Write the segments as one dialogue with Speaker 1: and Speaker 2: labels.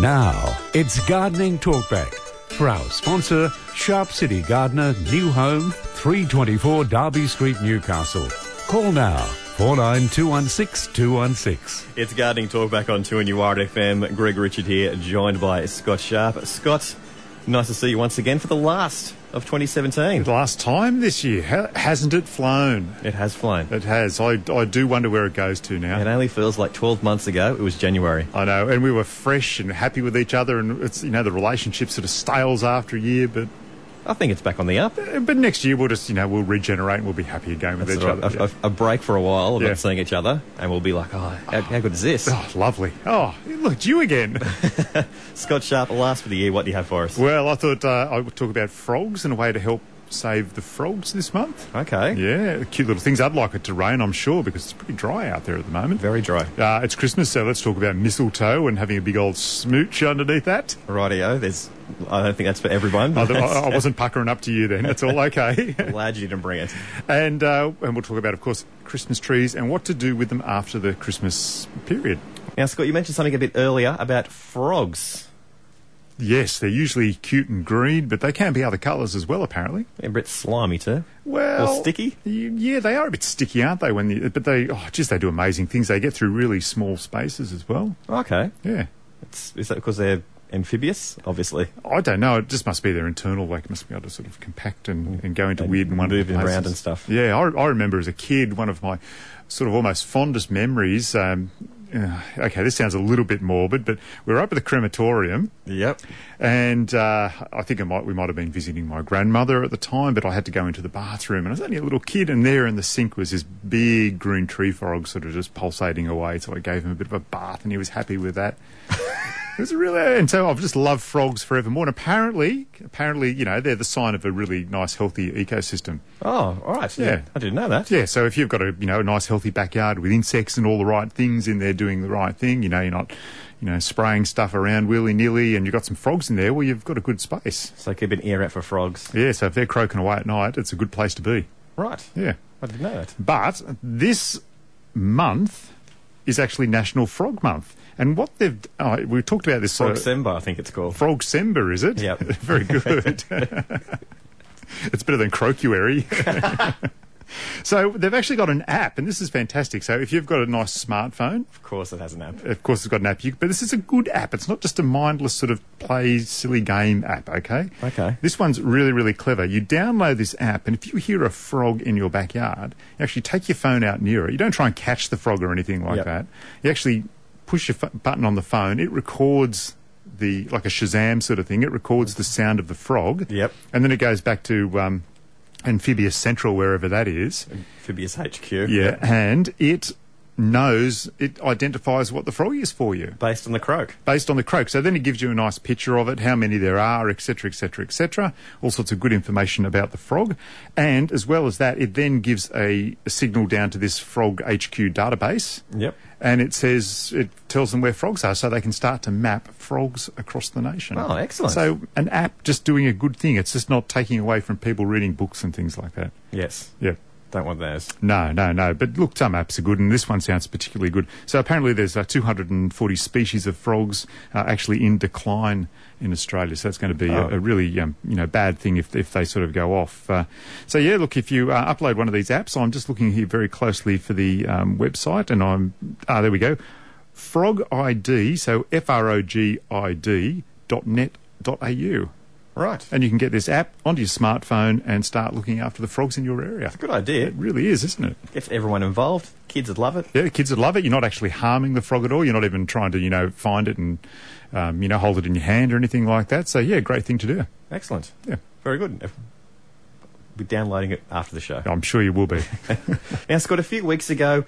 Speaker 1: Now, it's Gardening Talkback for our sponsor, Sharp City Gardener, new home, 324 Derby Street, Newcastle. Call now, 49216 216.
Speaker 2: It's Gardening Talk back on 2 and FM. Greg Richard here, joined by Scott Sharp. Scott, nice to see you once again for the last of 2017.
Speaker 3: Last time this year, ha- hasn't it flown?
Speaker 2: It has flown.
Speaker 3: It has. I, I do wonder where it goes to now.
Speaker 2: It only feels like 12 months ago. It was January.
Speaker 3: I know, and we were fresh and happy with each other, and it's you know the relationship sort of stales after a year, but
Speaker 2: I think it's back on the up.
Speaker 3: but next year we'll just you know we'll regenerate and we'll be happy again with
Speaker 2: That's
Speaker 3: each
Speaker 2: all right.
Speaker 3: other.
Speaker 2: a, a- a break for a while of
Speaker 3: Yeah.
Speaker 2: not seeing each other, and we'll be like, oh, how, how good is this?
Speaker 3: Oh, lovely. Oh, look, it's you again.
Speaker 2: Scott Sharp, last for the year, what do you have for us?
Speaker 3: well, I thought uh, I would talk about frogs and a way to help save the frogs this month.
Speaker 2: Okay.
Speaker 3: Yeah, cute little things. I'd like it to rain, I'm sure, because it's pretty dry out there at the moment.
Speaker 2: Very dry.
Speaker 3: Uh, it's Christmas, so let's talk about mistletoe and having a big old smooch underneath that.
Speaker 2: Rightio. There's, I don't think that's for everyone.
Speaker 3: I,
Speaker 2: but
Speaker 3: I, I wasn't puckering up to you then. That's all okay.
Speaker 2: Glad you didn't bring it.
Speaker 3: and uh, and we'll talk about, of course, Christmas trees and what to do with them after the Christmas period.
Speaker 2: Now, Scott, you mentioned something a bit earlier about frogs.
Speaker 3: Yes, they're usually cute and green, but they can be other colours as well, apparently.
Speaker 2: Yeah, but it's slimy too.
Speaker 3: Well,
Speaker 2: Or sticky?
Speaker 3: y- Yeah, they are a bit sticky, aren't they? When you, but they, oh, just they do amazing things. They get through really small spaces as well.
Speaker 2: Okay.
Speaker 3: Yeah,
Speaker 2: It's, is that because they're amphibious? Obviously.
Speaker 3: I don't know. It just must be their internal. Like, it must be able to sort of compact and, and go into
Speaker 2: Mm. And
Speaker 3: weird and wonderful
Speaker 2: move it around
Speaker 3: places.
Speaker 2: and stuff.
Speaker 3: Yeah, I, I remember as a kid, one of my sort of almost fondest memories. Um, uh, okay, this sounds a little bit morbid, but we were up at the crematorium,
Speaker 2: Yep.
Speaker 3: and uh, I think I might, we might have been visiting my grandmother at the time, but I had to go into the bathroom, and I was only a little kid, and there in the sink was this big green tree frog sort of just pulsating away. So I gave him a bit of a bath, and he was happy with that. It was really, and so I've just loved frogs forevermore. And apparently, apparently, you know, they're the sign of a really nice, healthy ecosystem.
Speaker 2: Oh, all right.
Speaker 3: Yeah.
Speaker 2: I didn't know that.
Speaker 3: Yeah, so if you've got a you know a nice healthy backyard with insects and all the right things in there doing the right thing, you know you're not you know spraying stuff around willy nilly, and you've got some frogs in there, well you've got a good space.
Speaker 2: So keep an ear out for frogs.
Speaker 3: Yeah, so if they're croaking away at night, it's a good place to be.
Speaker 2: Right.
Speaker 3: Yeah,
Speaker 2: I didn't know that.
Speaker 3: but this month is actually National Frog Month, and what they've oh, we talked about this. uh,
Speaker 2: Frog Semba, I think it's called.
Speaker 3: Frog Sember, is it?
Speaker 2: Yep.
Speaker 3: Very good. it's better than Crocuary. so they've actually got an app, and this is fantastic. So if you've got a nice smartphone,
Speaker 2: Of course, it has an app.
Speaker 3: of course it's got an app, you, but this is a good app. It's not just a mindless sort of play silly game app, okay?
Speaker 2: Okay.
Speaker 3: This one's really, really clever. You download this app, and if you hear a frog in your backyard, you actually take your phone out near it. You don't try and catch the frog or anything like
Speaker 2: Yep.
Speaker 3: that. You actually push your f- button on the phone. It records the like a Shazam sort of thing. It records the sound of the frog.
Speaker 2: Yep.
Speaker 3: And then it goes back to um, amphibious central, wherever that is.
Speaker 2: Amphibious HQ.
Speaker 3: Yeah. And it knows it identifies what the frog is for you
Speaker 2: Based on the croak.
Speaker 3: based on the croak. So then it gives you a nice picture of it, how many there are, etc., etc., etc. All sorts of good information about the frog, and as well as that, it then gives a, a signal down to this Frog HQ database.
Speaker 2: Yep.
Speaker 3: And it says it tells them where frogs are, so they can start to map frogs across the nation.
Speaker 2: Oh, excellent.
Speaker 3: So an app just doing a good thing. It's just not taking away from people reading books and things like that.
Speaker 2: Yes.
Speaker 3: Yeah.
Speaker 2: Don't want those.
Speaker 3: No, no, no. But look, some apps are good, and this one sounds particularly good. So apparently, there's uh, 240 species of frogs uh, actually in decline in Australia. So that's going to be
Speaker 2: Oh.
Speaker 3: a, a really um, you know bad thing if if they sort of go off. Uh, so yeah, look, if you uh, upload one of these apps, I'm just looking here very closely for the um, website, and I'm ah, there we go, Frog ID. So F R O G I D dot net dot au.
Speaker 2: Right.
Speaker 3: And you can get this app onto your smartphone and start looking after the frogs in your area.
Speaker 2: Good idea.
Speaker 3: It really is, isn't it?
Speaker 2: Gets everyone involved. Kids would love it.
Speaker 3: Yeah, the kids would love it. You're not actually harming the frog at all. You're not even trying to, you know, find it and, um, you know, hold it in your hand or anything like that. So, yeah, great thing to do.
Speaker 2: Excellent.
Speaker 3: Yeah.
Speaker 2: Very good. If- We're downloading it after the show.
Speaker 3: I'm sure you will be.
Speaker 2: Now, Scott, a few weeks ago,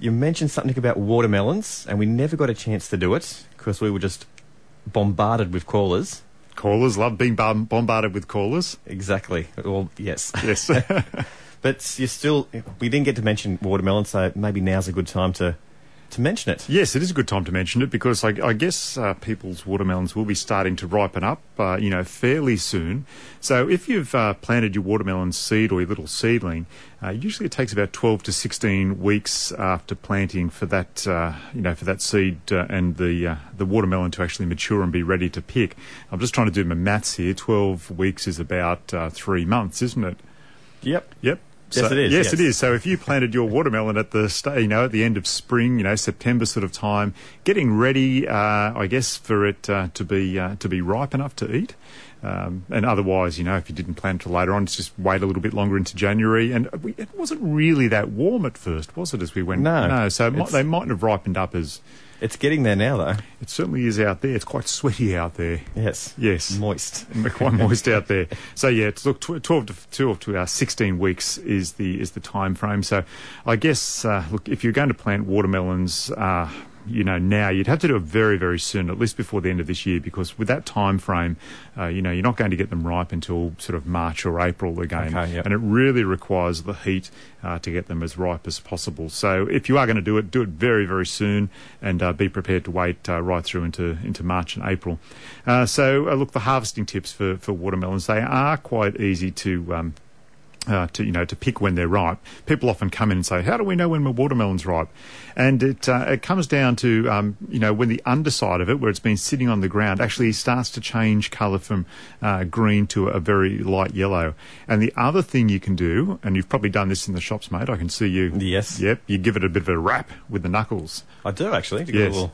Speaker 2: you mentioned something about watermelons, and we never got a chance to do it because we were just bombarded with callers.
Speaker 3: callers love being bom- bombarded with callers.
Speaker 2: Exactly. Well, yes.
Speaker 3: Yes.
Speaker 2: But you still, we didn't get to mention watermelon, so maybe now's a good time to to mention it.
Speaker 3: Yes, it is a good time to mention it because I, I guess uh, people's watermelons will be starting to ripen up, uh, you know, fairly soon. So if you've uh, planted your watermelon seed or your little seedling, uh, usually it takes about 12 to 16 weeks after planting for that, uh, you know, for that seed uh, and the uh, the watermelon to actually mature and be ready to pick. I'm just trying to do my maths here. 12 weeks is about uh, three months, isn't it?
Speaker 2: Yep.
Speaker 3: Yep.
Speaker 2: Yes,
Speaker 3: So-
Speaker 2: it is,
Speaker 3: Yes,
Speaker 2: yes.
Speaker 3: it is. So if you planted your watermelon at the sta you know, at the end of spring, you know, September sort of time, getting ready, uh, I guess, for it uh, to be uh, to be ripe enough to eat. Um, and otherwise, you know, if you didn't plant till later on, just wait a little bit longer into January. And we, it wasn't really that warm at first, was it? As we went,
Speaker 2: No.
Speaker 3: no. So it might,
Speaker 2: It's-
Speaker 3: they mightn't have ripened up as
Speaker 2: It's getting there now, though.
Speaker 3: it certainly is out there. It's quite sweaty out there.
Speaker 2: Yes.
Speaker 3: Yes.
Speaker 2: Moist.
Speaker 3: quite moist out there. So yeah, it's look tw- twelve to twelve to uh, sixteen weeks is the is the time frame. So I guess uh, look if you're going to plant watermelons. Uh, you know now you'd have to do it very very soon at least before the end of this year because with that time frame uh, you know you're not going to get them ripe until sort of march or april again
Speaker 2: Okay, yep.
Speaker 3: and it really requires the heat uh, to get them as ripe as possible so if you are going to do it do it very very soon and uh, be prepared to wait uh, right through into into march and april uh, so uh, look the harvesting tips for for watermelons they are quite easy to um, uh, to you know to pick when they're ripe. People often come in and say, "How do we know when my watermelon's ripe?" And it uh, it comes down to um, you know when the underside of it, where it's been sitting on the ground, actually starts to change colour from uh, green to a very light yellow. And the other thing you can do, and you've probably done this in the shops, mate. I can see you.
Speaker 2: Yes.
Speaker 3: Yep. You give it a bit of a rap with the knuckles.
Speaker 2: I do, actually. Give it
Speaker 3: Yes.
Speaker 2: A little,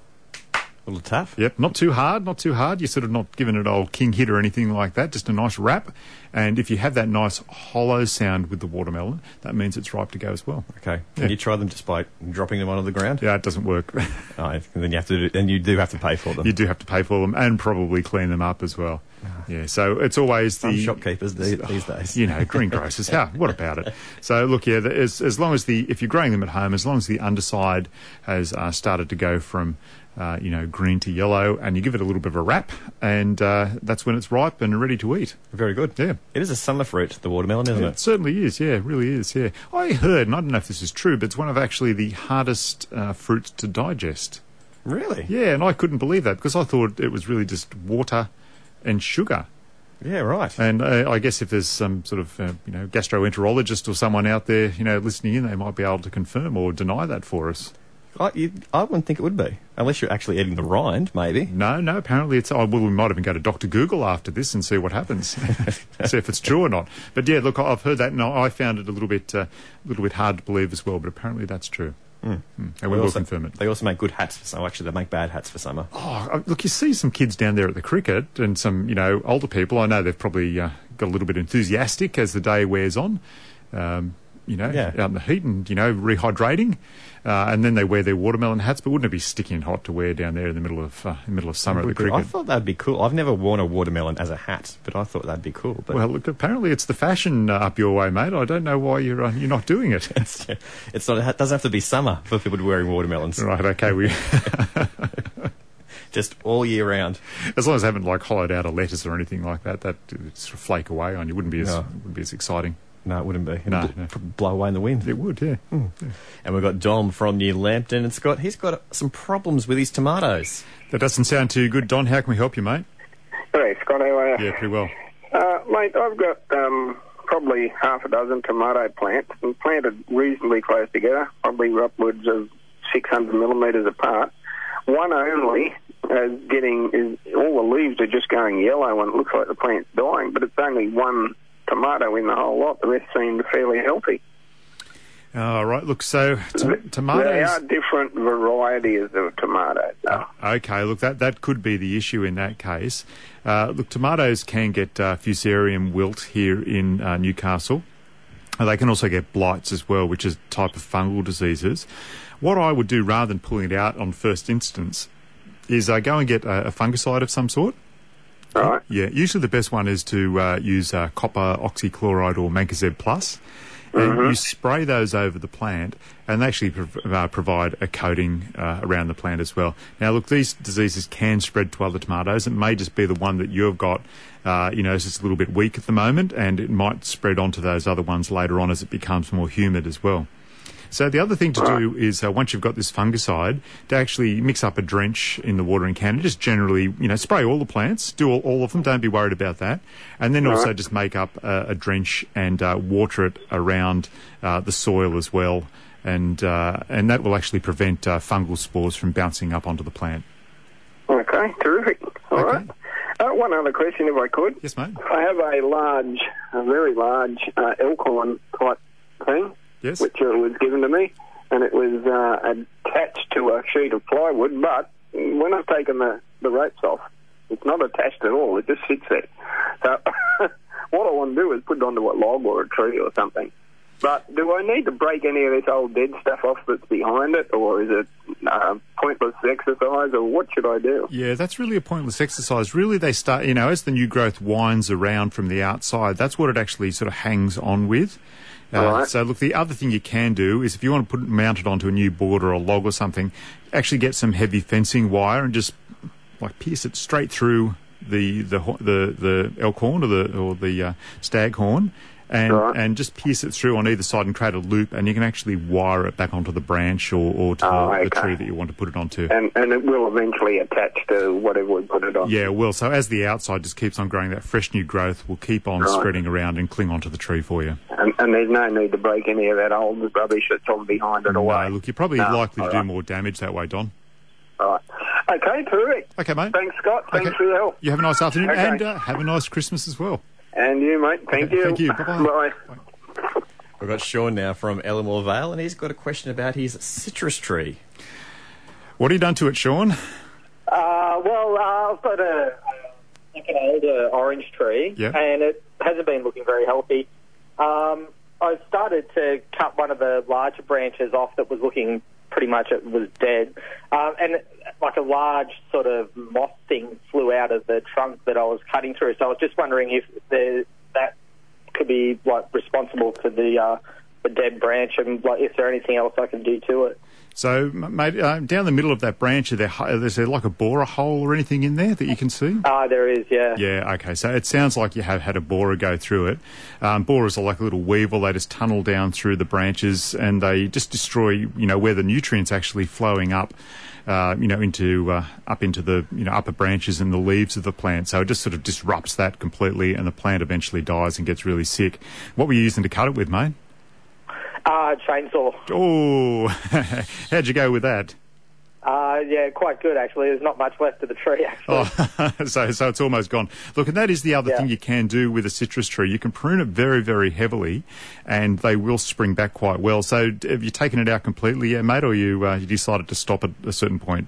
Speaker 2: little tap.
Speaker 3: Yep, not too hard, not too hard. You're sort of not giving it old king hit or anything like that. Just a nice wrap, and if you have that nice hollow sound with the watermelon, that means it's ripe to go as well.
Speaker 2: Okay. Can
Speaker 3: Yeah.
Speaker 2: you try them just by dropping them onto the ground?
Speaker 3: Yeah, it doesn't work.
Speaker 2: Oh, and then you have to, do, and you do have to pay for them.
Speaker 3: you do have to pay for them and probably clean them up as well. Yeah, so it's always
Speaker 2: Some
Speaker 3: the
Speaker 2: shopkeepers these, these days.
Speaker 3: you know, greengrocers. How? What about it? So look, yeah, the, as as long as the if you're growing them at home, as long as the underside has uh, started to go from uh, you know green to yellow, and you give it a little bit of a wrap, and uh, that's when it's ripe and ready to eat.
Speaker 2: Very good.
Speaker 3: Yeah.
Speaker 2: It is a summer fruit, the watermelon, isn't
Speaker 3: It certainly is, yeah, it really is, yeah. I heard, and I don't know if this is true, but it's one of actually the hardest uh, fruits to digest.
Speaker 2: it? Really?
Speaker 3: Yeah, and I couldn't believe that because I thought it was really just water and sugar.
Speaker 2: Yeah, right.
Speaker 3: And uh, I guess if there's some sort of uh, you know gastroenterologist or someone out there you know listening in, they might be able to confirm or deny that for us.
Speaker 2: I, you, I wouldn't think it would be. Unless you're actually eating the rind, maybe.
Speaker 3: No, no. Apparently, it's. Oh, well, we might even go to Doctor Google after this and see what happens, see if it's true or not. But yeah, look, I- I've heard that, and I I found it a little bit, uh, a little bit hard to believe as well. But apparently, that's true, Mm, and we
Speaker 2: They
Speaker 3: will
Speaker 2: Hmm. also-
Speaker 3: confirm it.
Speaker 2: They also make good hats for summer. Actually, they make bad hats for summer.
Speaker 3: Oh, I- look, you see some kids down there at the cricket and some, you know, older people. I know they've probably uh, got a little bit enthusiastic as the day wears on, um, you know,
Speaker 2: Yeah.
Speaker 3: out in the heat and, you know, rehydrating. Uh, and then they wear their watermelon hats, but wouldn't it be sticky and hot to wear down there in the middle of uh, in the middle of summer at the
Speaker 2: I
Speaker 3: cricket?
Speaker 2: thought that'd be cool. I've never worn a watermelon as a hat, but I thought that'd be cool. But
Speaker 3: Well, look, apparently it's the fashion uh, up your way, mate. I don't know why you're uh, you're not doing it.
Speaker 2: it's, it's not. It doesn't have to be summer for people wearing watermelons.
Speaker 3: right, okay, we
Speaker 2: Just all year round.
Speaker 3: as long as they haven't like hollowed out a lettuce or anything like that, that uh, sort of flake away on you wouldn't be as
Speaker 2: No.
Speaker 3: wouldn't be as exciting.
Speaker 2: No, it wouldn't be. It'd
Speaker 3: No,
Speaker 2: bl-
Speaker 3: no.
Speaker 2: pr- blow away in the wind.
Speaker 3: It would, yeah.
Speaker 2: And we've got Dom from New Lambton, and Scott. He's got some problems with his tomatoes.
Speaker 3: That doesn't sound too good, Don. How can we help you, mate?
Speaker 4: Hello, Scott. How are you?
Speaker 3: Yeah, pretty well.
Speaker 4: Uh, mate, I've got um, probably half a dozen tomato plants and planted reasonably close together, probably upwards of 600 millimetres apart. One only is getting, is, all the leaves are just going yellow and it looks like the plant's dying, but it's only one tomato in the whole lot. The rest seem fairly healthy.
Speaker 3: All right. Look, so t-
Speaker 4: They
Speaker 3: tomatoes.
Speaker 4: are different varieties of tomatoes, though.
Speaker 3: Okay, look, that, that could be the issue in that case. Uh, look, tomatoes can get uh, fusarium wilt here in uh, Newcastle. Uh, They can also get blights as well, which is a type of fungal diseases. What I would do rather than pulling it out on first instance is uh, go and get a, a fungicide of some sort. Oh.
Speaker 4: All right?
Speaker 3: Yeah, usually the best one is to uh, use uh, copper oxychloride or mancozeb plus. And you spray those over the plant, and they actually prov- uh, provide a coating uh, around the plant as well. Now, look, these diseases can spread to other tomatoes. It may just be the one that you've got, uh, you know, is just a little bit weak at the moment, and it might spread onto those other ones later on as it becomes more humid as well. So the other thing to do is uh, once you've got this fungicide, to actually mix up a drench in the watering can and just generally, you know, spray all the plants, do all, all of them. Don't be worried about that. And then also just make up a, a drench and uh, water it around uh, the soil as well. And, uh, and that will actually prevent uh, fungal spores from bouncing up onto the plant.
Speaker 4: Okay, terrific. All
Speaker 3: Okay.
Speaker 4: right. Uh, one other question, if I could.
Speaker 3: Yes, mate.
Speaker 4: I have a large, a very large uh, elkhorn type thing,
Speaker 3: Yes.
Speaker 4: which uh, was given to me, and it was uh, attached to a sheet of plywood. But when I've taken the, the ropes off, it's not attached at all. It just sits there. So what I want to do is put it onto a log or a tree or something. But do I need to break any of this old dead stuff off that's behind it, or is it uh, pointless exercise, or what should I do?
Speaker 3: Yeah, that's really a pointless exercise. Really, they start, you know, as the new growth winds around from the outside, that's what it actually sort of hangs on with. Uh,
Speaker 4: All right.
Speaker 3: So, look, the other thing you can do is if you want to put it mounted onto a new board or a log or something, actually get some heavy fencing wire and just like pierce it straight through the the ho- the, the elk horn or the or the uh, stag horn. And,
Speaker 4: Right.
Speaker 3: and just pierce it through on either side and create a loop, and you can actually wire it back onto the branch or, or to
Speaker 4: Oh,
Speaker 3: the, the
Speaker 4: okay.
Speaker 3: tree that you want to put it onto.
Speaker 4: And and it will eventually attach to whatever we put it on.
Speaker 3: Yeah, it will. So as the outside just keeps on growing, that fresh new growth will keep on
Speaker 4: Right.
Speaker 3: spreading around and cling onto the tree for you.
Speaker 4: And, and there's no need to break any of that old rubbish that's all behind it away.
Speaker 3: No, look, you're probably
Speaker 4: No,
Speaker 3: likely to
Speaker 4: all
Speaker 3: do
Speaker 4: right.
Speaker 3: more damage that way, Don.
Speaker 4: All right. Okay, terrific.
Speaker 3: Okay, mate.
Speaker 4: Thanks, Scott. Thanks
Speaker 3: Okay.
Speaker 4: for your help.
Speaker 3: You have a nice afternoon
Speaker 4: Okay.
Speaker 3: and uh, have a nice Christmas as well.
Speaker 4: And you, mate. Thank
Speaker 3: Okay,
Speaker 4: you.
Speaker 3: thank you. Bye-bye.
Speaker 4: Bye.
Speaker 2: We've got Sean now from Ellamore Vale, and he's got a question about his citrus tree.
Speaker 3: What have you done to it, Sean?
Speaker 5: Uh, well, uh, I've got a like an older orange tree,
Speaker 3: Yeah.
Speaker 5: and it hasn't been looking very healthy. Um, I started to cut one of the larger branches off that was looking pretty much it was dead, um, and like a large sort of moth thing flew out of the trunk that I was cutting through. So I was just wondering if the, that could be like responsible for the uh, the dead branch, and like is there anything else I can do to it?
Speaker 3: So, m- mate, uh, down the middle of that branch, are there, hi- is there like a borer hole or anything in there that you can see?
Speaker 5: Ah, there is,
Speaker 3: Yeah, okay. So it sounds like you have had a borer go through it. Um, borers are like a little weevil. They just tunnel down through the branches and they just destroy, you know, where the nutrients actually flowing up, uh, you know, into uh, up into the you know upper branches and the leaves of the plant. So it just sort of disrupts that completely, and the plant eventually dies and gets really sick. What were you using to cut it with, mate?
Speaker 5: Uh, chainsaw.
Speaker 3: Oh, how'd you go with that?
Speaker 5: Uh, yeah, quite good actually. There's not much left of the tree actually.
Speaker 3: Oh, so so it's almost gone. Look, and that is the other
Speaker 5: Yeah.
Speaker 3: thing you can do with a citrus tree. You can prune it very, very heavily, and they will spring back quite well. So, d- have you taken it out completely, yeah, mate, or you uh, you decided to stop at a certain point?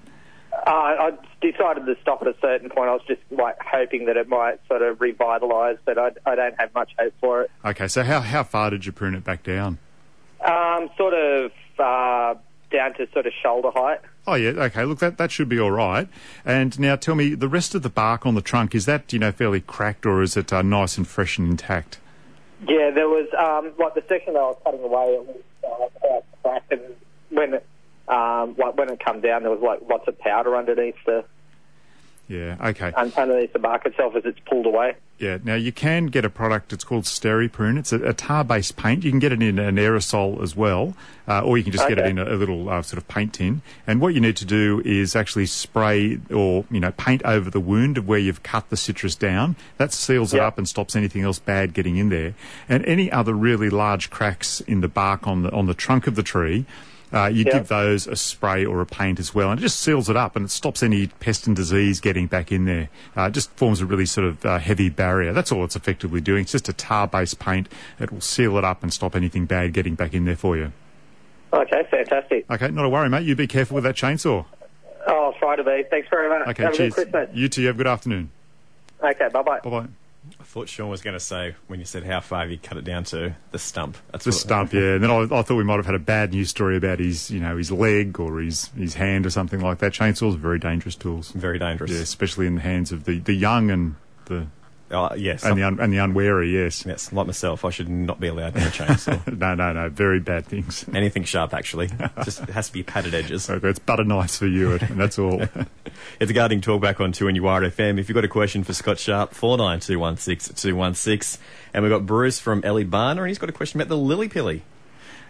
Speaker 5: Uh, I decided to stop at a certain point. I was just like hoping that it might sort of revitalise, but I, I don't have much hope for it.
Speaker 3: Okay, so how how far did you prune it back down?
Speaker 5: Um, sort of uh, down to sort of shoulder height.
Speaker 3: Oh yeah, okay. Look, that, that should be all right. And now tell me, the rest of the bark on the trunk is that you know fairly cracked, or is it uh, nice and fresh and intact?
Speaker 5: Yeah, there was um, like the section that I was cutting away. It was uh, quite cracked, and when it, um, like when it come down, there was like lots of powder underneath the
Speaker 3: Yeah, okay.
Speaker 5: un- underneath the bark itself as it's pulled away.
Speaker 3: Yeah, now you can get a product, it's called Steri-Prune. It's a, a tar-based paint. You can get it in an aerosol as well, uh, or you can just get it
Speaker 5: Okay.
Speaker 3: in a, a little uh, sort of paint tin. And what you need to do is actually spray or, you know, paint over the wound of where you've cut the citrus down. That seals it
Speaker 5: Yeah.
Speaker 3: up and stops anything else bad getting in there. And any other really large cracks in the bark on the, on the trunk of the tree, uh, you
Speaker 5: Yeah.
Speaker 3: give those a spray or a paint as well, and it just seals it up and it stops any pest and disease getting back in there. Uh, it just forms a really sort of uh, heavy barrier. That's all it's effectively doing. It's just a tar-based paint. It will seal it up and stop anything bad getting back in there for you.
Speaker 5: Okay, fantastic.
Speaker 3: Okay, not a worry, mate. You be careful with that chainsaw.
Speaker 5: Oh, I'll try to be. Thanks very much.
Speaker 3: Okay,
Speaker 5: Have
Speaker 3: cheers.
Speaker 5: a good Christmas.
Speaker 3: You too. Have a good afternoon.
Speaker 5: Okay, bye bye.
Speaker 3: Bye bye.
Speaker 2: I thought Sean was going to say when you said how far you cut it down to the stump. That's
Speaker 3: The
Speaker 2: what-
Speaker 3: stump, yeah. And then I, I thought we might have had a bad news story about his, you know, his leg or his his hand or something like that. Chainsaws are very dangerous tools.
Speaker 2: Very dangerous.
Speaker 3: Yeah, especially in the hands of the, the young and the
Speaker 2: Uh, yes.
Speaker 3: and the un, and the unwary. Yes.
Speaker 2: yes. Like myself, I should not be allowed to have a chainsaw.
Speaker 3: no, no, no. Very bad things.
Speaker 2: Anything sharp, actually. Just it has to be padded edges.
Speaker 3: So it's butter knives for you, and that's all.
Speaker 2: It's Gardening Talk back on 2NUR FM. If you've got a question for Scott Sharp, 49216216. And we've got Bruce from Ellie Barner, and he's got a question about the lily pilly.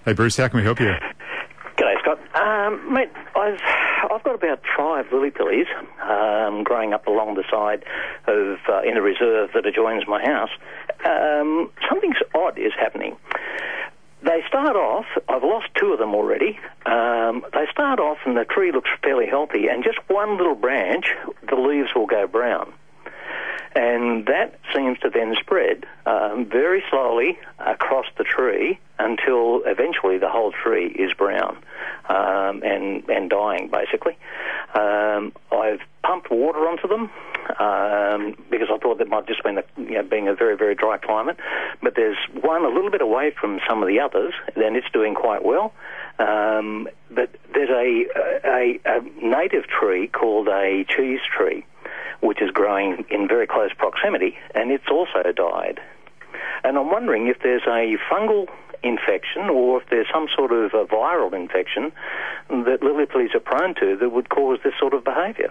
Speaker 3: hey, Bruce, how can we help you?
Speaker 6: Um, mate, I've I've got about five lily pillies um, growing up along the side of uh, in a reserve that adjoins my house. Um, something odd is happening. They start off. I've lost two of them already. Um, they start off, and the tree looks fairly healthy. And just one little branch, the leaves will go brown and that seems to then spread um, very slowly across the tree until eventually the whole tree is brown um, and and dying basically. Um, I've pumped water onto them um, because I thought that might just been a, you know, being a very very dry climate, but there's one a little bit away from some of the others, then it's doing quite well. Um, but there's a, a, a native tree called a cheese tree which is growing in very close proximity, and it's also died. And I'm wondering if there's a fungal infection or if there's some sort of a viral infection that lily pillies are prone to that would cause this sort of behaviour.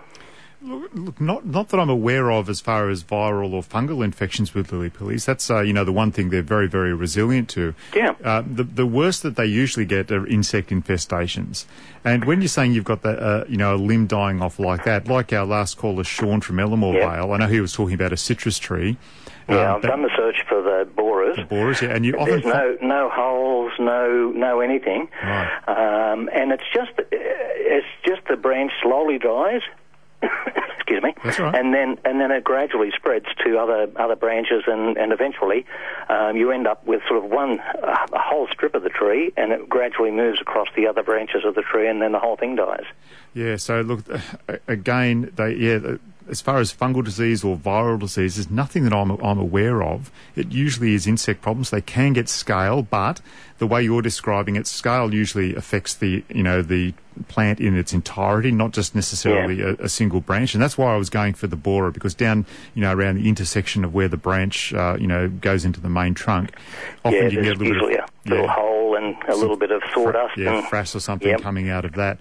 Speaker 3: Look, look, not not that I'm aware of as far as viral or fungal infections with lily pillies. That's uh, you know the one thing they're very very resilient to.
Speaker 6: Yeah.
Speaker 3: Uh, the the worst that they usually get are insect infestations. And when you're saying you've got that uh, you know a limb dying off like that, like our last caller Sean from Elmore
Speaker 6: Yeah.
Speaker 3: Vale, I know he was talking about a citrus tree.
Speaker 6: Yeah,
Speaker 3: um,
Speaker 6: I've
Speaker 3: that-
Speaker 6: done the search for the borers.
Speaker 3: the borers, yeah, and you often
Speaker 6: There's no no holes, no no anything,
Speaker 3: Right.
Speaker 6: um, and it's just it's just the branch slowly dies. Excuse me.
Speaker 3: That's all right.
Speaker 6: And then and then it gradually spreads to other other branches, and and eventually um, you end up with sort of one uh, a whole strip of the tree, and it gradually moves across the other branches of the tree, and then the whole thing dies.
Speaker 3: Yeah. So look, a- again, they yeah. the- As far as fungal disease or viral disease, there's nothing that I'm I'm aware of. It usually is insect problems. They can get scale, but the way you're describing it, scale usually affects the you know the plant in its entirety, not just necessarily a, a single branch. And that's why I was going for the borer because down you know around the intersection of where the branch uh, you know goes into the main trunk, often
Speaker 6: yeah,
Speaker 3: you can get a
Speaker 6: there's
Speaker 3: little
Speaker 6: usually
Speaker 3: bit of,
Speaker 6: a little
Speaker 3: yeah
Speaker 6: hole and a little bit of
Speaker 3: fra-
Speaker 6: sawdust.
Speaker 3: yeah,
Speaker 6: and,
Speaker 3: frass or something
Speaker 6: Yep.
Speaker 3: coming out of that.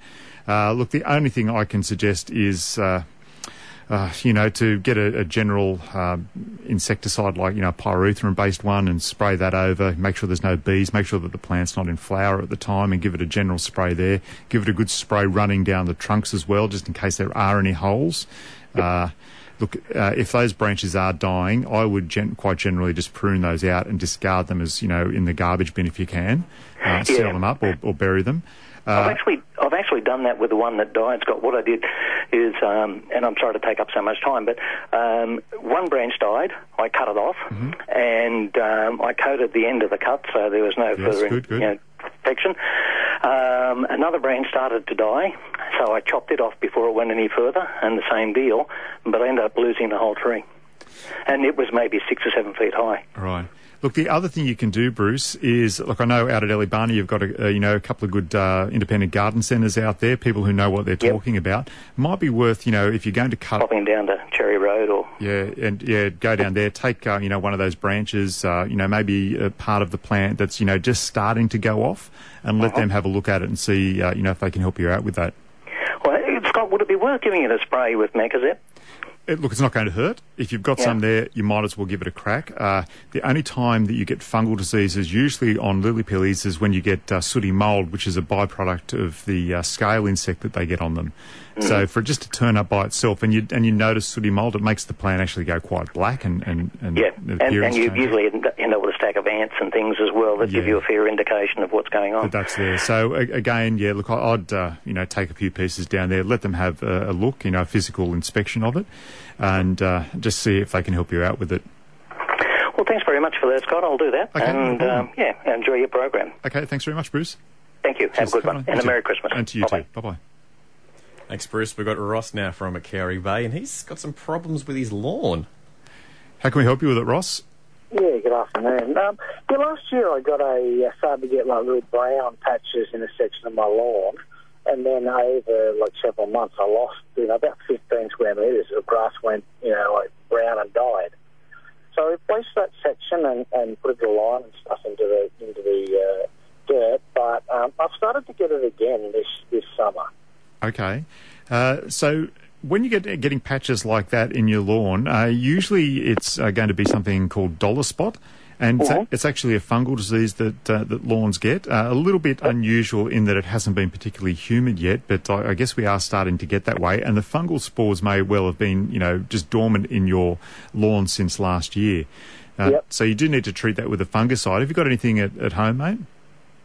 Speaker 3: Uh, look, the only thing I can suggest is. Uh, uh, you know, to get a, a general um, insecticide like, you know, pyrethrin based one and spray that over, make sure there's no bees, make sure that the plant's not in flower at the time and give it a general spray there. Give it a good spray running down the trunks as well, just in case there are any holes. Uh, look, uh, if those branches are dying, I would gen- quite generally just prune those out and discard them as, you know, in the garbage bin if you can. Uh, seal
Speaker 6: Yeah.
Speaker 3: them up or, or bury them. Uh-huh.
Speaker 6: I've actually I've actually done that with the one that died, Scott. What I did is, um, and I'm sorry to take up so much time, but um, one branch died. I cut it off,
Speaker 3: Mm-hmm.
Speaker 6: and um, I coated the end of the cut, so there was no further in-
Speaker 3: good, good.
Speaker 6: You know, infection. Um, another branch started to die, so I chopped it off before it went any further, and the same deal. But I ended up losing the whole tree, and it was maybe six or seven feet high.
Speaker 3: Right. Look, the other thing you can do, Bruce, is look. I know out at Ellibani, you've got a, uh, you know a couple of good uh, independent garden centres out there. People who know what they're
Speaker 6: Yep.
Speaker 3: talking about might be worth you know if you're going to cut
Speaker 6: Popping down to Cherry Road or
Speaker 3: yeah, and yeah, go down there, take uh, you know one of those branches, uh, you know maybe a part of the plant that's you know just starting to go off, and let them have a look at it and see uh, you know if they can help you out with that.
Speaker 6: well, Scott, would it be worth giving it a spray with Mecazep?
Speaker 3: It, look, it's not going to hurt. If you've got
Speaker 6: Yeah.
Speaker 3: some there, you might as well give it a crack. Uh, the only time that you get fungal diseases, usually on lily pillies, is when you get uh, sooty mould, which is a byproduct of the uh, scale insect that they get on them.
Speaker 6: Mm.
Speaker 3: So for it just to turn up by itself, and you and you notice sooty mould, it makes the plant actually go quite black and and, and
Speaker 6: Yeah,
Speaker 3: the
Speaker 6: and, and
Speaker 3: appearance
Speaker 6: you
Speaker 3: changes.
Speaker 6: usually end end up with a stack of ants and things as well that give
Speaker 3: Yeah.
Speaker 6: you a fair indication of what's going on.
Speaker 3: But uh, that's there. So a- again, yeah. Look, I- I'd uh, you know take a few pieces down there, let them have a, a look, you know, a physical inspection of it, and uh, just see if they can help you out with it.
Speaker 6: Well, thanks very much for that, Scott. I'll do that.
Speaker 3: Okay, no
Speaker 6: and
Speaker 3: problem.
Speaker 6: um, yeah, enjoy your program.
Speaker 3: Okay, thanks very much, Bruce.
Speaker 6: Thank you. Have
Speaker 3: Cheers.
Speaker 6: a good one.
Speaker 3: You
Speaker 6: And a
Speaker 3: too.
Speaker 6: Merry Christmas.
Speaker 3: And to you
Speaker 6: Bye-bye.
Speaker 3: too. Bye bye.
Speaker 2: Thanks, Bruce. We've got Ross now from Macquarie Bay, and he's got some problems with his lawn.
Speaker 3: How can we help you with it, Ross?
Speaker 7: Yeah, good afternoon. Um, yeah, last year I got a I started to get like little brown patches in a section of my lawn, and then over like several months I lost you know about 15 square meters of grass went you know like brown and died. So I replaced that section and, and put a bit of lime and stuff into the into the uh, dirt, but um, I've started to get it again this this summer.
Speaker 3: Okay. Uh, so when you get getting patches like that in your lawn, uh, usually it's uh, going to be something called dollar spot. And it's, a-
Speaker 7: Mhm.
Speaker 6: Mm-hmm.
Speaker 3: it's actually a fungal disease that uh, that lawns get. Uh, a little bit unusual in that it hasn't been particularly humid yet, but I, I guess we are starting to get that way. And the fungal spores may well have been, you know, just dormant in your lawn since last year. Uh,
Speaker 7: Yep.
Speaker 3: So you do need to treat that with a fungicide. Have you got anything at, at home, mate?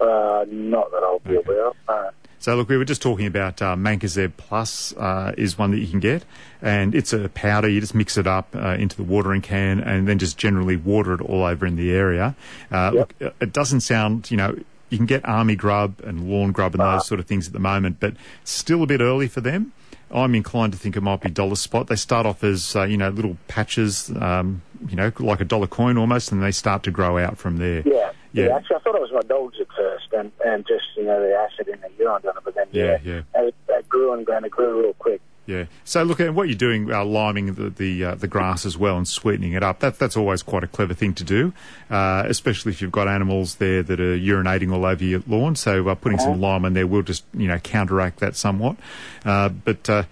Speaker 7: Uh, not that I'll be aware of. No.
Speaker 3: So, look, we were just talking about uh, Mancozeb Plus uh, is one that you can get, and it's a powder. You just mix it up uh, into the watering can, and then just generally water it all over in the area. Uh, Look, it- it doesn't sound, you know. You can get army grub and lawn grub and
Speaker 7: Ah.
Speaker 3: those sort of things at the moment, but still a bit early for them. I'm inclined to think it might be dollar spot. They start off as uh, you know little patches, um, you know, like a dollar coin almost, and they start to grow out from there.
Speaker 7: Yeah.
Speaker 3: Yeah.
Speaker 7: yeah. Actually, I thought it was my dogs at first, and, and just you know the acid in the urine done it, but then
Speaker 3: Yeah,
Speaker 7: yeah,
Speaker 3: yeah.
Speaker 7: That, that grew and grew and it grew real quick.
Speaker 3: Yeah. So look at what you're doing, uh, liming the the, uh, the grass as well and sweetening it up. That, that's always quite a clever thing to do, uh, especially if you've got animals there that are urinating all over your lawn. So uh, putting some lime in there will just you know counteract that somewhat. Uh, but uh,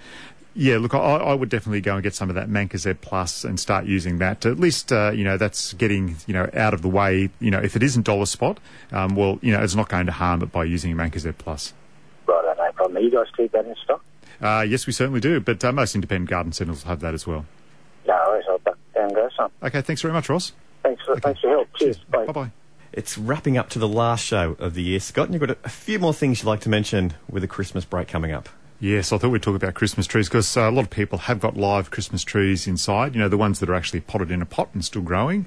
Speaker 3: yeah, look, I, I would definitely go and get some of that Mancozeb Plus and start using that. At least, uh, you know, that's getting, you know, out of the way. You know, if it isn't dollar spot, um, well, you know, it's not going to harm it by using Mancozeb Plus.
Speaker 7: Right, I no problem. You guys keep that in stock?
Speaker 3: Uh, yes, we certainly do, but uh, most independent garden centres will have that as well.
Speaker 7: No, worries, I'll back down and go some.
Speaker 3: Okay, thanks very much, Ross.
Speaker 7: Thanks for thanks for your help. Cheers. Bye.
Speaker 3: Bye bye.
Speaker 2: It's wrapping up to the last show of the year, Scott, and you've got a, a few more things you'd like to mention with the Christmas break coming up.
Speaker 3: Yes, I thought we'd talk about Christmas trees because uh, a lot of people have got live Christmas trees inside, you know, the ones that are actually potted in a pot and still growing.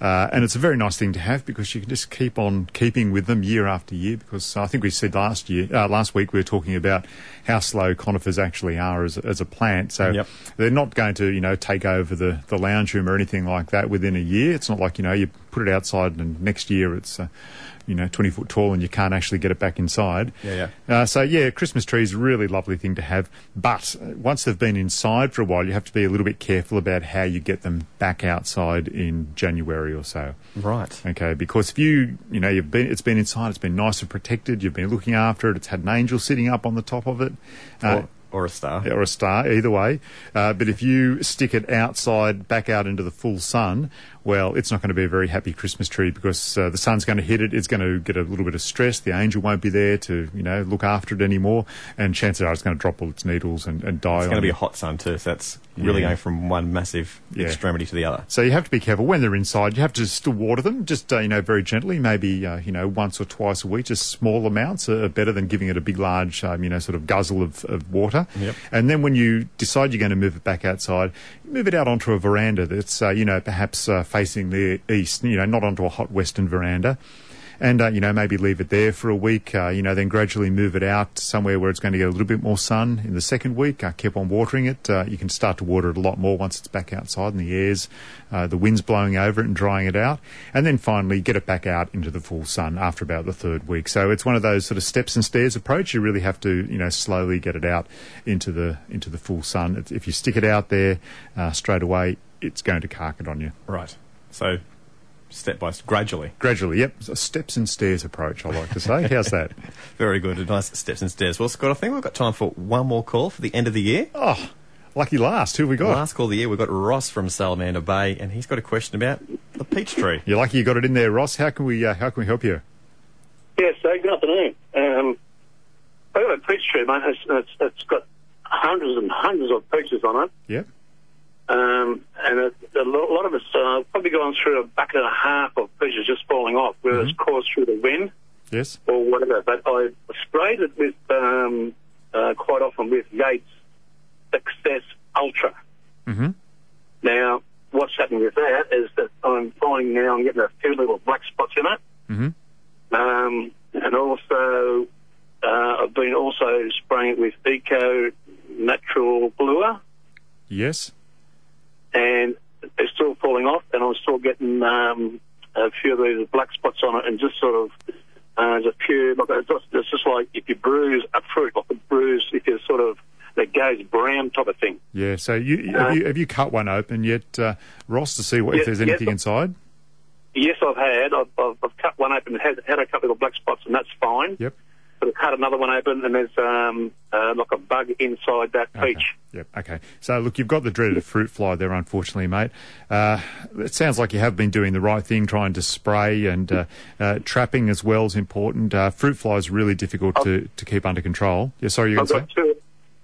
Speaker 3: Uh, and it's a very nice thing to have because you can just keep on keeping with them year after year. Because uh, I think we said last year, uh, last week, we were talking about how slow conifers actually are as, as a plant. So
Speaker 2: Yep.
Speaker 3: they're not going to, you know, take over the, the lounge room or anything like that within a year. It's not like, you know, you put it outside and next year it's, uh, you know, 20 foot tall and you can't actually get it back inside.
Speaker 2: Yeah,
Speaker 3: yeah. Uh, so, yeah, Christmas trees, really lovely thing to have. But uh, once they've been inside for a while, you have to be a little bit careful about how you get them back outside in January or so.
Speaker 2: Right.
Speaker 3: Okay, because if you, you know, you've been, it's been inside, it's been nice and protected, you've been looking after it, it's had an angel sitting up on the top of it. Uh,
Speaker 2: Or, or a star.
Speaker 3: or a star, either way. Uh, but if you stick it outside, back out into the full sun, well, it's not going to be a very happy Christmas tree because uh, the sun's going to hit it. It's going to get a little bit of stress. The angel won't be there to, you know, look after it anymore. And chances are it's going to drop all its needles and, and die.
Speaker 2: It's going
Speaker 3: on
Speaker 2: to be
Speaker 3: you.
Speaker 2: a hot sun too, so that's really
Speaker 3: Yeah.
Speaker 2: going from one massive
Speaker 3: Yeah.
Speaker 2: extremity to the other.
Speaker 3: So you have to be careful when they're inside. You have to still water them, just uh, you know, very gently, maybe uh, you know, once or twice a week. Just small amounts are better than giving it a big, large, um, you know, sort of guzzle of, of water.
Speaker 2: Yep.
Speaker 3: And then when you decide you're going to move it back outside, move it out onto a veranda that's uh, you know perhaps uh, facing the east. You know, not onto a hot western veranda. And uh, you know maybe leave it there for a week. Uh, you know then gradually move it out somewhere where it's going to get a little bit more sun. In the second week, uh, keep on watering it. Uh, you can start to water it a lot more once it's back outside and the air's uh, the wind's blowing over it and drying it out. And then finally get it back out into the full sun after about the third week. So it's one of those sort of steps and stairs approach. You really have to you know slowly get it out into the into the full sun. It's, if you stick it out there uh, straight away, it's going to cark it on you
Speaker 2: Right. So, step by step, gradually.
Speaker 3: gradually. Yep, So steps and stairs approach. I like to say. How's that?
Speaker 2: Very good. A nice steps and stairs. Well, Scott, I think we've got time for one more call for the end of the year.
Speaker 3: Oh, lucky last. Who have we got?
Speaker 2: Last call of the year, we've got Ross from Salamander Bay, and he's got a question about the peach tree.
Speaker 3: You're lucky you got it in there, Ross. How can we uh, how can we help you?
Speaker 8: Yes, uh, good afternoon. Um, I got a peach tree, mate. It's, it's, it's got hundreds and hundreds of peaches on it,
Speaker 3: Yep.
Speaker 8: um, and it, a lo- lot of it's uh, probably gone through a bucket and a half of peaches just falling off, whether it's
Speaker 3: Mm-hmm.
Speaker 8: caused through the wind
Speaker 3: Yes.
Speaker 8: or whatever. But I sprayed it with um, uh, quite often with Yates Success Ultra.
Speaker 3: Mhm.
Speaker 8: Now, what's happening with that is that I'm finding now I'm getting a few little black spots in it.
Speaker 3: Mhm.
Speaker 8: Um, and also, uh, I've been also spraying it with Eco Natural Bluer,
Speaker 3: Yes.
Speaker 8: and it's still falling off, and I'm still getting um, a few of these black spots on it, and just sort of uh, just pure. Like it's just, it's just like if you bruise a fruit, like a bruise, if you sort of it goes brown type of thing.
Speaker 3: Yeah. So you
Speaker 8: Uh,
Speaker 3: have you have you cut one open yet, uh, Ross, to see what, if
Speaker 8: Yeah,
Speaker 3: there's
Speaker 8: yes.
Speaker 3: anything inside?
Speaker 8: Yes, I've had. I've, I've, I've cut one open, had, had a couple of black spots, and that's fine.
Speaker 3: Yep.
Speaker 8: But I cut another one open, and there's um, uh, like a bug inside that
Speaker 3: Okay.
Speaker 8: peach.
Speaker 3: Yep. Okay. So look, you've got the dreaded fruit fly there, unfortunately, mate. Uh, it sounds like you have been doing the right thing, trying to spray and uh, uh, trapping as well is important. Uh, fruit fly is really difficult to, to keep under control. Yeah. Sorry, you going
Speaker 8: I've
Speaker 3: to say?
Speaker 8: got two.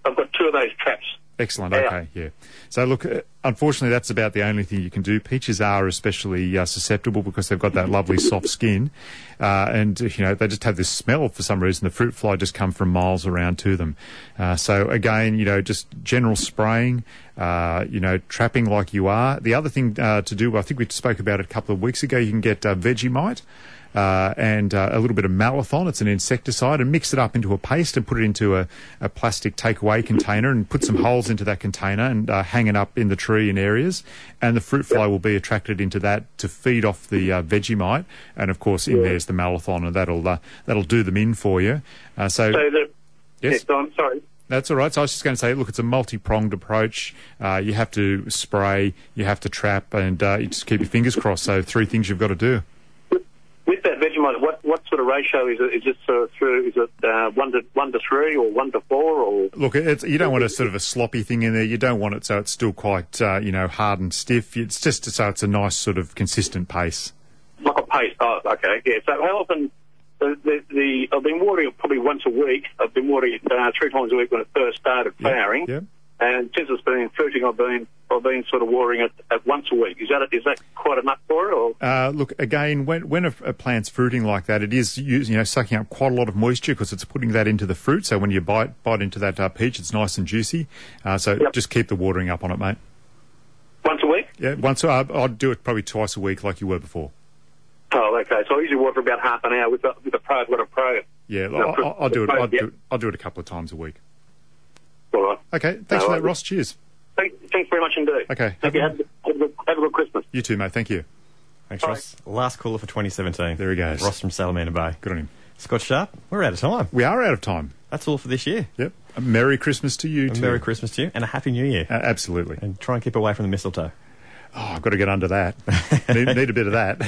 Speaker 8: I've got two of those traps.
Speaker 3: Excellent.
Speaker 8: Yeah.
Speaker 3: Okay. Yeah. So look, uh, unfortunately, that's about the only thing you can do. Peaches are especially uh, susceptible because they've got that lovely soft skin, uh, and you know they just have this smell for some reason. The fruit fly just come from miles around to them. Uh, so again, you know, just general spraying, uh, you know, trapping like you are. The other thing uh, to do, I think we spoke about it a couple of weeks ago. You can get uh, Vegemite uh, and uh, a little bit of malathon. It's an insecticide, and mix it up into a paste and put it into a, a plastic takeaway container and put some holes into that container and uh, hang it up in the tree in areas. And the fruit fly will be attracted into that to feed off the uh, Vegemite. And of course, in there's the malathon, and that'll uh, that'll do them in for you. Uh, so,
Speaker 8: So the
Speaker 3: yes.
Speaker 8: yeah, I'm sorry.
Speaker 3: That's all right. So I was just going to say, look, it's a multi-pronged approach. Uh, you have to spray, you have to trap, and uh, you just keep your fingers crossed. So three things you've got to do.
Speaker 8: With that Vegemite, what what sort of ratio is it? Is it uh, through? Is it uh, one to one to three or one to four or?
Speaker 3: Look, it's, you don't want a sort of a sloppy thing in there. You don't want it so it's still quite, uh, you know, hard and stiff. It's just so it's a nice sort of consistent pace.
Speaker 8: Like a paste. Oh, okay. Yeah. So how often? The, the, the I've been watering it probably once a week. I've been watering it uh, three times a week when it first started flowering.
Speaker 3: yeah.
Speaker 8: And since it's been fruiting, I've been I've been sort of watering it at once a week. Is that is that quite enough for it? Or
Speaker 3: Uh, look, again, when, when a, a plant's fruiting like that, it is us- you know sucking up quite a lot of moisture because it's putting that into the fruit. So when you bite bite into that uh, peach, it's nice and juicy. Uh, so
Speaker 8: Yep.
Speaker 3: just keep the watering up on it, mate.
Speaker 8: once a week?
Speaker 3: Yeah, once uh, I'd do it probably twice a week, like you were before.
Speaker 8: Oh, okay. So I usually water about half an hour with a with a probe. What a probe.
Speaker 3: Yeah,
Speaker 8: No,
Speaker 3: I, I, I'll do it. I'll
Speaker 8: yeah.
Speaker 3: do it. I'll do it a couple of times a week.
Speaker 8: All right.
Speaker 3: Okay, thanks for
Speaker 8: No,
Speaker 3: that,
Speaker 8: I-
Speaker 3: Ross. Cheers.
Speaker 8: Thank, thanks very much indeed.
Speaker 3: Okay.
Speaker 8: Thank you. Have, a- have, a, good- have a good Christmas.
Speaker 3: You too, mate. Thank you.
Speaker 2: Thanks, Ross. Last caller for 2017.
Speaker 3: There he goes.
Speaker 2: Ross from Salamander Bay.
Speaker 3: Good on him.
Speaker 2: Scott Sharp, we're out of time.
Speaker 3: We are out of time.
Speaker 2: That's all for this year.
Speaker 3: Yep. A Merry Christmas to you
Speaker 2: A
Speaker 3: too.
Speaker 2: Merry Christmas to you and a Happy New Year.
Speaker 3: Uh, absolutely.
Speaker 2: And try and keep away from the mistletoe.
Speaker 3: Oh, I've got to get under that. need, need a bit of that.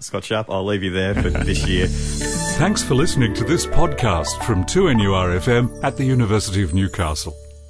Speaker 2: Scott Sharp, I'll leave you there for this year.
Speaker 1: Thanks for listening to this podcast from 2NURFM at the University of Newcastle.